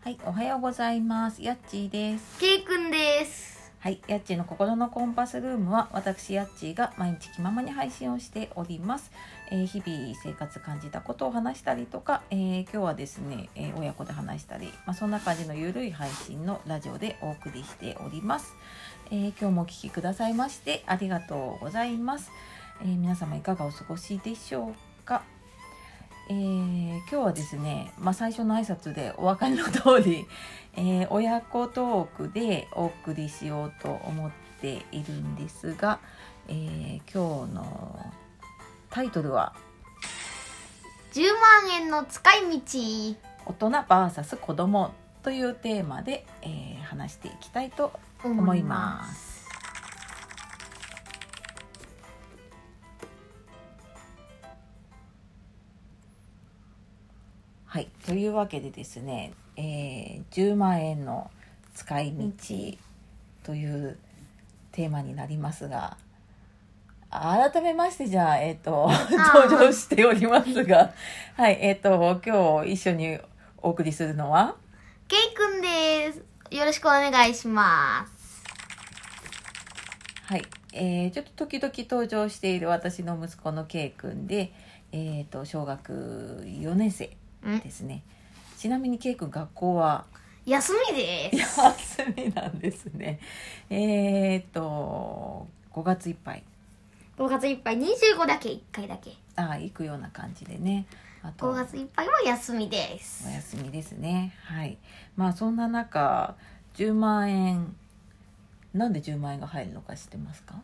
はい、おはようございます。やっちーです。ケイくんです。はい、やっちーの心のコンパスルームは、私やっちーが毎日気ままに配信をしております。えー日々生活感じたことを話したりとか、えー今日はですね、えー親子で話したり、まあ、そんな感じのゆるい配信のラジオでお送りしております。えー今日もお聞きくださいまして、ありがとうございます。えー皆様いかがお過ごしでしょうか。えー今日はですね、まあ、最初の挨拶でお分かりの通り、えー親子トークでお送りしようと思っているんですが、えー今日のタイトルは10万円の使い「大道。人 VS 子供というテーマで、えー話していきたいと思います。はい、というわけでですね、えー10万円の使い道というテーマになりますが改めましてじゃあ、えー、と登場しておりますが、はいえー、と今日一緒にお送りするのはケイくんです。よろしくお願いします。はい、えー、ちょっと時々登場している私の息子の K 君で、えー、と小学4年生んですねちなみに K 君学校は休みです。休みなんですねえっ、と5月いっぱい5月いっぱい25だけ、1回だけ。あー行くような感じでねあと5月いっぱいは休みでおす。休みですねはいまあそんな中10万円なんで10万円が入るのか知ってますか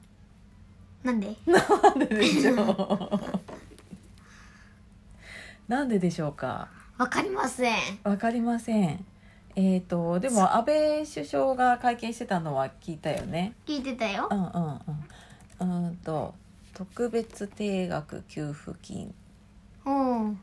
なんでなんででしょう なんででしょうかわかりません。わかりませんえっ、とでも安倍首相が会見してたのは聞いたよね聞いてたよう。んうんうんうーんと特別定額給付金っうん。うん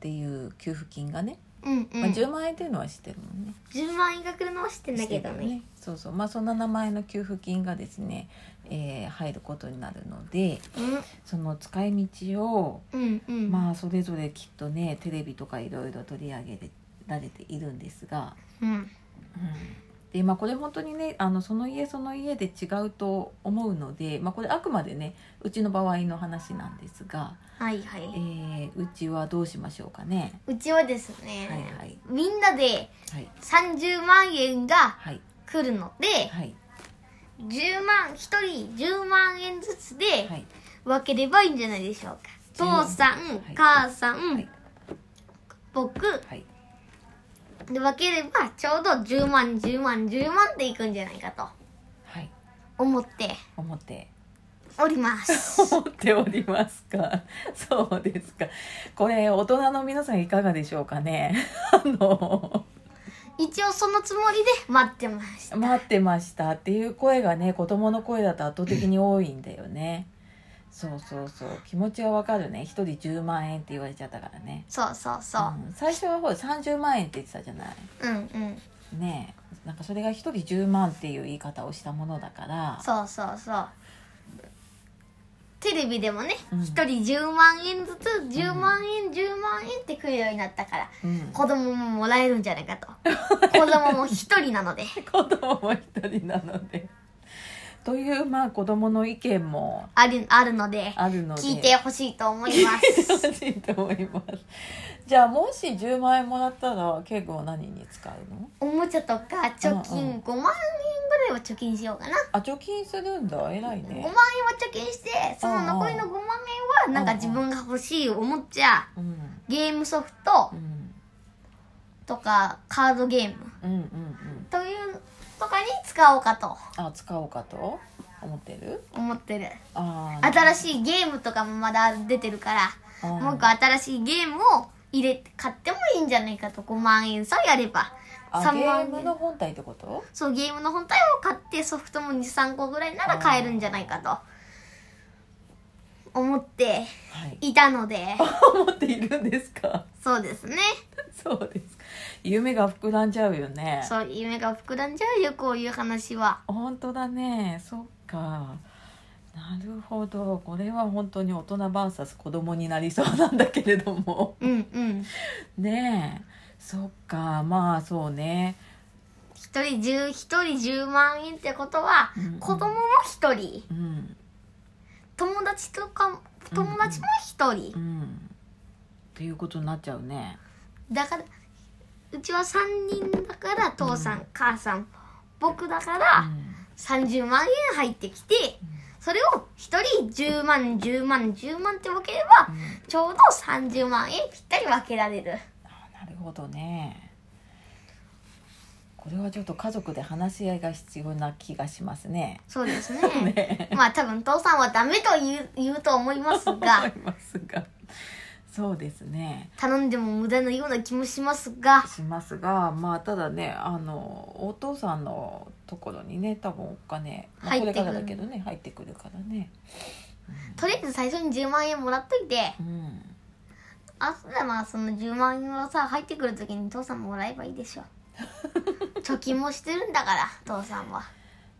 ていう給付金がね、うん。まあ、10万円っていうのは知ってるもんね、 10万円が来るのは知ってんだけどしてね。るよそうそうまあそんな名前の給付金がですね、えー入ることになるのでその使い道をうん。うんうん。まあそれぞれきっとねテレビとかいろいろ取り上げられているんですが、うん。でまあ、これ本当にねあのその家その家で違うと思うので、まあ、これあくまでねうちの場合の話なんですが、はいはえい。ーうちはどうしましょうかね。うちはですね、はいはいみんなではい30万円がはい来るので、はい10万1人10万円ずつではい分ければいいんじゃないでしょうか、はい父さはん、い母さん、はい僕はいで分ければちょうど10万10万10万っていくんじゃないかとはい思って思 っております 思っておりますか。そうですか。これ大人の皆さんいかがでしょうかね。 あの一応そのつもりで待ってました待ってましたっていう声がね子供の声だと圧倒的に多いんだよね。そうそうそう気持ちはわかるね。一人10万円って言われちゃったからね。そうそうそう、ん最初はほら30万円って言ってたじゃない。うん、うんねえなんかそれが一人10万っていう言い方をしたものだから。そうそうそうテレビでもね、うん一人10万円ずつ10万円、10万円って来るようになったからうん子供ももらえるんじゃないかと子供も一人なので子供も一人なので。というまあ子供の意見もあるあるのであるので聞いてほしいと思いま す欲しいと思いますじゃあもし10万円もらったらケイ君は何に使うのおもちゃとか貯うんう金ん5万円ぐらいは貯金しようかなあ貯金するんだ偉い5万円ねは、貯金してその残りのう5ん万円はなんか自分が欲しいおもちゃうん、ゲームソフトうんとかカードゲームうんうんうんというとかに使おうかとあ使おうかと思ってる思ってるあー新しいゲームとかもまだ出てるからあーもう一個新しいゲームを入れて買ってもいいんじゃないかと5万円さえやればあ3ゲ万ー円ムの本体ってことそうゲームの本体を買ってソフトも23個ぐらいなら買えるんじゃないかと思ってはいいたので思っているんですか そうですねそうですか夢が膨らんじゃうよねそう夢が膨らんじゃうよこういう話は本当だねそっかなるほどこれは本当に大人 VS 子供になりそうなんだけれどもうんうんねえそっかまあそうね、一人10一人10万円ってことはうん子供も一人うん友達とかも友達も一う人んっていうことになっちゃうねだからうちは3人だから父さうん母さん僕だかうらん30万円入ってきてそれを一人10万10万10万って分ければうんちょうど30万円ぴったり分けられるあなるほどねこれはちょっと家族で話し合いが必要な気がしますね。そうです ねねまあ多分父さんはダメと言う言うと思います思 がいますがそうですね頼んでも無駄なような気もしますがしますがまあただねあのお父さんのところにね多分お金、まあ、入こっれてくかるらだけどね入ってくるからね。とりあえず最初に10万円もらっといてうん、あとはまあその10万円はさ入ってくる時に父さんもらえばいいでしょ 貯金もしてるんだから父さんは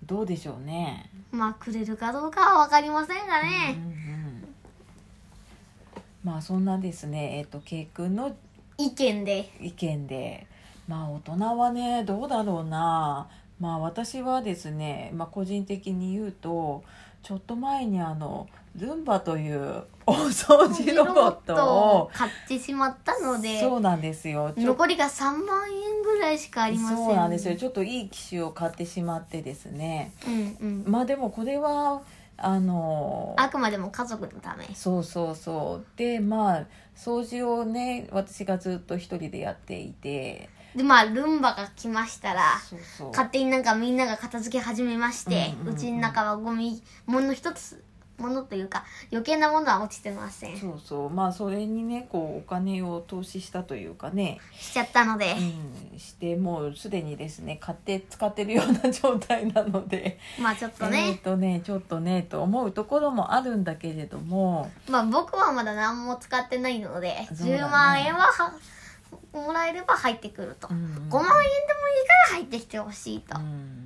どうでしょうね。まあくれるかどうかは分かりませんがうんね、うん、まあそんなですねえっ、と圭君の意見で意見でまあ大人はねどうだろうなまあ私はですね、まあ、個人的に言うとちょっと前にあのルンバというお掃除ロボットを買ってしまったのでそうなんですよちょ残りが3万円ぐらいしかありませんそうなんですよちょっといい機種を買ってしまってですねうんうんまあでもこれはあのあくまでも家族のためそうそうそうでまあ掃除をね私がずっと一人でやっていてでまあルンバが来ましたらそうそう勝手になんかみんなが片付け始めまして、ううんうんうんちの中はゴミもの一つものというか余計なものは落ちてませんしそうそうまあそれにねこうお金を投資したというかね、ちゃったので、うん、してもうすでにですね買って使ってるような状態なので、まあちょっとえっね、とねちょっとねと思うところもあるんだけれどもまあ僕はまだ何も使ってないので、そうだね10万円ははもらえれば入ってくると、うん5万円でもいいから入ってきてほしいと、うん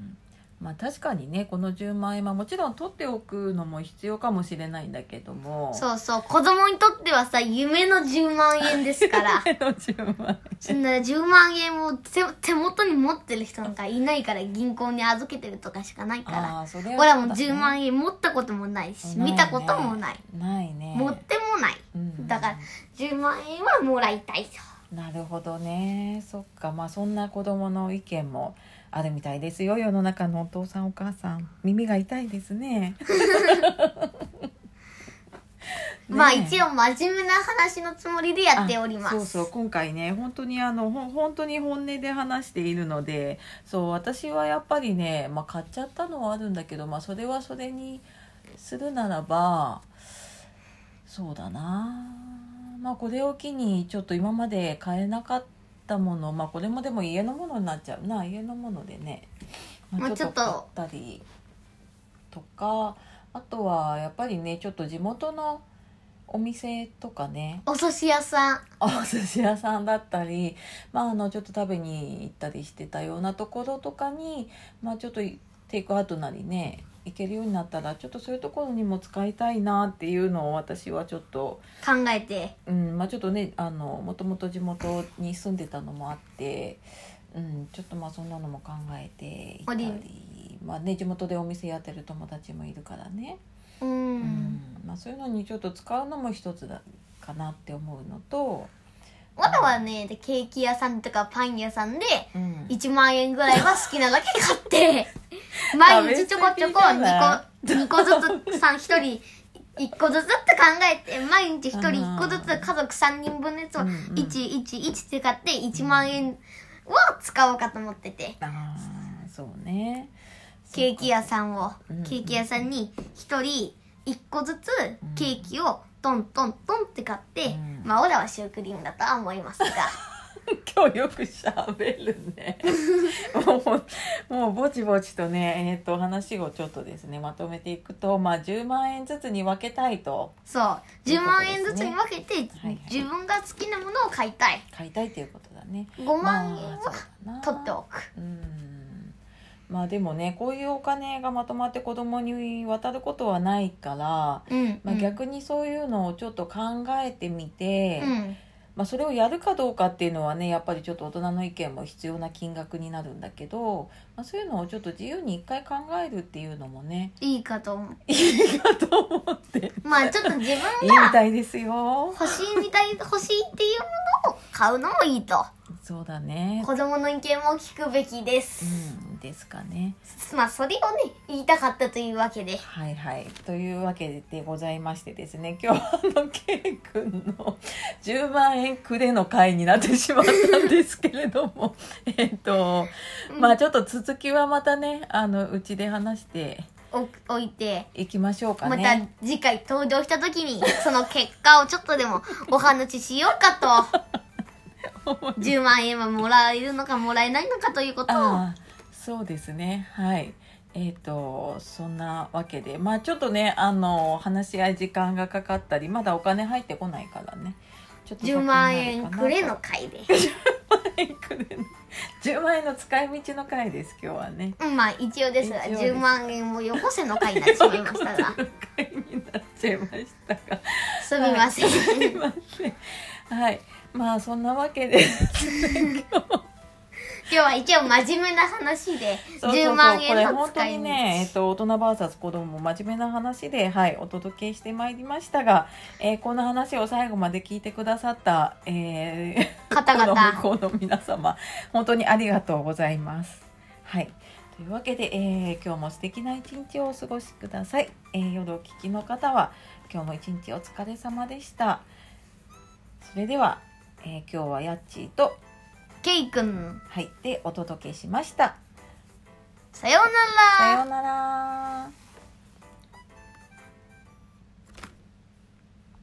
まあ確かにねこの10万円はもちろん取っておくのも必要かもしれないんだけどもうそうそう子供にとってはさ夢の10万円ですから の10万そんな10万円を手手元に持ってる人なんかいないから銀行に預けてるとかしかないからああそれ俺はもそうだうね10万円持ったこともないし、ないね見たこともない。ないね持ってもない。うんだから、10万円はもらいたいと。なるほどねそっかまあそんな子供の意見もあるみたいですよ世の中のお父さんお母さん耳が痛いですねねまあ一応真面目な話のつもりでやっております。あそうそう今回ね本当にあのほん本当に本音で話しているのでそう私はやっぱりね、まあ、買っちゃったのはあるんだけど、まあ、それはそれにするならばそうだなまあこれを機にちょっと今まで買えなかったものまあこれもでも家のものになっちゃうな家のものでね、まあちょっと買ったりとかあとはやっぱりねちょっと地元のお店とかねお寿司屋さん。お寿司屋さんだったり、まあ、あのちょっと食べに行ったりしてたようなところとかに、まあ、ちょっとテイクアウトなりね行けるようになったらちょっとそういうところにも使いたいなっていうのを私はちょっと、考えて。うんまあ、ちょっとねあのもともと地元に住んでたのもあって、うん、ちょっとまあそんなのも考えていたおり、まあね、地元でお店やってる友達もいるからね。う。うんんまあ、そういうのにちょっと使うのも一つだかなって思うのと。またはね、でケーキ屋さんとかパン屋さんで、うん1万円ぐらいは好きなだけ買って、 毎日ちょこちょこ食べ過2個、二個ずつ、さん1人1個ずつって考えて、毎日1人1個ずつ家族3人分のやつをうんうん111って買って1万円は使おうかと思ってて、ああそうねケーキ屋さんをうんうん、ケーキ屋さんに1人1個ずつケーキをトントントンって買ってうん、まあオラはシュークリームだとは思いますが、 今日よくしゃべる ねもうもうぼちぼちとねえっ、と話をちょっとですねまとめていくとまあ10万円ずつに分けたいとそう、10万円ずつに分けてはいはい自分が好きなものを買いたい。買いたいということだね5万円はまあそう取だなっておくうんまあでもねこういうお金がまとまって子供に渡ることはないから、うんまあ、逆にそういうのをちょっと考えてみて、うんまあ、それをやるかどうかっていうのはねやっぱりちょっと大人の意見も必要な金額になるんだけど、まあ、そういうのをちょっと自由に一回考えるっていうのもねいいかと思ういいか と思ってまあちょっと自分いいみがたいですよ。欲しいみたい欲しいっていうものを買うのもいいとそうだね。子供の意見も聞くべきです、うんですかね。まあそれをね言いたかったというわけではいはい。というわけでございましてですね、今日はあの K 君の10万円くれの会になってしまったんですけれども、 えっと、まあちょっと続きはまたね、あの、うちで話してお置いていきましょうかまね。た次回登場した時 にその結果をちょっとでもお話ししようか と10万円はもらえるのかもらえないのかということをああそうですねはいえっ、とそんなわけでまあちょっとねあの話し合い時間がかかったりまだお金入ってこないからねちょっと先10にな万る円かなくれ の回でくれの10万円の使い道の回です今日はねうんまあ一応ですが一応です10万円もよこせの回になっ てしまいましたが回になっちゃいましたがすみません、はいすみませんはいまあそんなわけで今日は一応真面目な話でそうそうそう10万これ円の本当使いに道ね、えっと、大人 VS 子供も真面目な話で、はい、お届けしてまいりましたが、えーこの話を最後まで聞いてくださった、え方ー、々この向こうの皆様本当にありがとうございます。はいというわけで、えー今日も素敵な一日をお過ごしください、えー夜お聞きの方は今日も一日お疲れ様でしたそれでは、えー今日はやっちーと、ケイ君はい、でお届けしましたさようならさようなら。